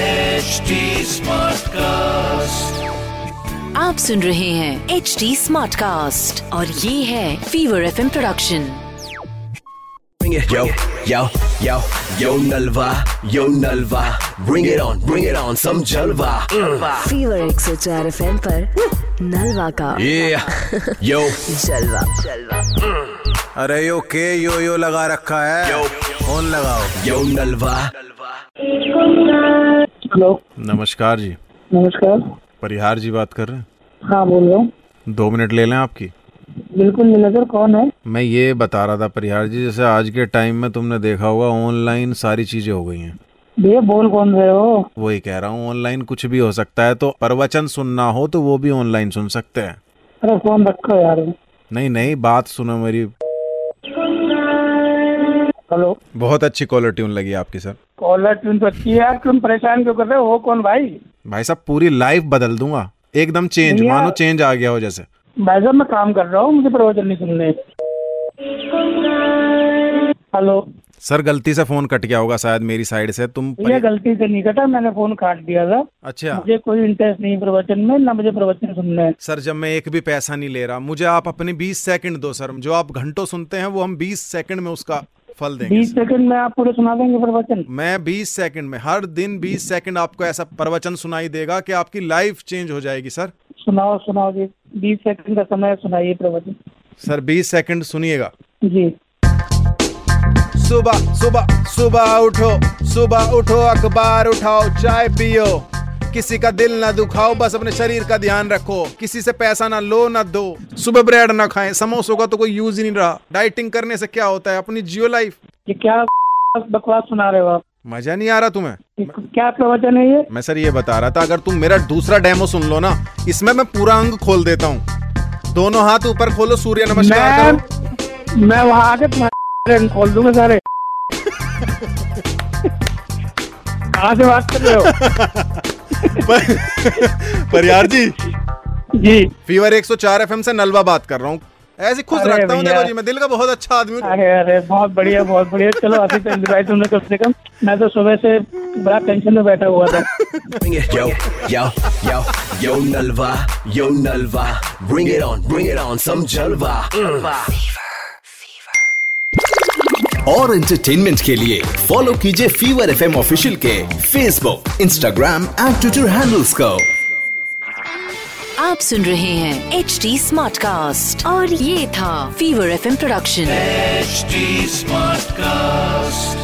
HD Smartcast. आप सुन रहे हैं एच डी स्मार्ट कास्ट और ये है Fever F production Bring it. Yo, yo, yo, yo Nalva, yo Nalva. Bring it on, bring it on, some Jalva. Mm. Fever एक सौ चार एफ एम नलवा का Yeah, yo, जलवा अरे यो के यो यो लगा रखा है Yo. फोन लगाओ yo Nalva. हेलो नमस्कार जी नमस्कार परिहार जी बात कर रहे हैं हाँ बोल रहा हूँ दो मिनट ले लें आपकी बिल्कुल मिले सर कौन है मैं ये बता रहा था परिहार जी जैसे आज के टाइम में तुमने देखा होगा ऑनलाइन सारी चीजें हो गई हैं भैया बोल कौन रहे हो वही कह रहा हूँ ऑनलाइन कुछ भी हो सकता है तो प्रवचन सुनना हो तो वो भी ऑनलाइन सुन सकते हैं अरे फोन रखो यार नहीं नहीं बात सुनो मेरी हेलो बहुत अच्छी कॉलर ट्यून लगी आपकी सर कॉलर ट्यून तो अच्छी है यार तुम परेशान क्यों कर रहे हो वो कौन भाई भाई साहब पूरी लाइफ बदल दूंगा एकदम चेंज भैया- मानो चेंज आ गया हो जैसे भाई साहब मैं काम कर रहा हूँ मुझे प्रवचन नहीं सुनने हेलो सर गलती से फोन कट गया होगा शायद मेरी साइड से तुम भैया गलती से नहीं कटा मैंने फोन काट दिया था अच्छा मुझे कोई इंटरेस्ट नहीं है प्रवचन में ना मुझे प्रवचन सुनने हैं सर जब मैं एक भी पैसा नहीं ले रहा मुझे आप अपने 20 सेकंड दो सर जो आप घंटों सुनते हैं वो हम 20 सेकंड में उसका फल देंगे बीस सर। सेकंड में आप पूरे सुना देंगे प्रवचन मैं 20 सेकंड में हर दिन 20 सेकंड आपको ऐसा प्रवचन सुनाई देगा कि आपकी लाइफ चेंज हो जाएगी सर सुनाओ सुनाओ जी बीस सेकंड का समय है, सुनाइए प्रवचन सर 20 सेकंड सुनिएगा जी सुबह सुबह सुबह उठो सुबह उठो अखबार उठाओ चाय पियो किसी का दिल ना दुखाओ बस अपने शरीर का ध्यान रखो किसी से पैसा ना लो ना दो सुबह ब्रेड ना खाएं समोसों का तो कोई यूज ही नहीं रहा डाइटिंग करने से क्या होता है अपनी जियो लाइफ ये क्या बकवास सुना रहे हो आप मजा नहीं आ रहा तुम्हें ये क्या प्रवचन है ये मैं सर ये बता रहा था अगर तुम मेरा दूसरा डेमो सुन लो ना इसमें मैं पूरा अंग खोल देता हूँ दोनों हाथ ऊपर खोलो सूर्य नमस्कार करो मैं मैं वहाँ आके तुम्हारे रंग खोल दूंगा सारे कहाँ से बात कर रहे हो पर, पर यार जी जी फीवर 104 एफएम से नलवा बात कर रहा हूँ ऐसे खुश अरे रखता हूँ भैया। देखो जी मैं दिल का बहुत अच्छा आदमी हूँ अरे अरे बहुत बढ़िया बहुत बढ़िया चलो अभी तो तक भाई तुमने कम से कम मैं तो सुबह से बड़ा टेंशन में बैठा हुआ था Bring it, yo, yo, yo, yo Nalva, yo Nalva. Bring it on, bring it on, some Jalva. और एंटरटेनमेंट के लिए फॉलो कीजिए फीवर एफ ऑफिशियल के Facebook Instagram and Twitter handles को आप सुन रहे हैं एच डी स्मार्ट कास्ट और ये था Fever F production HD Smartcast.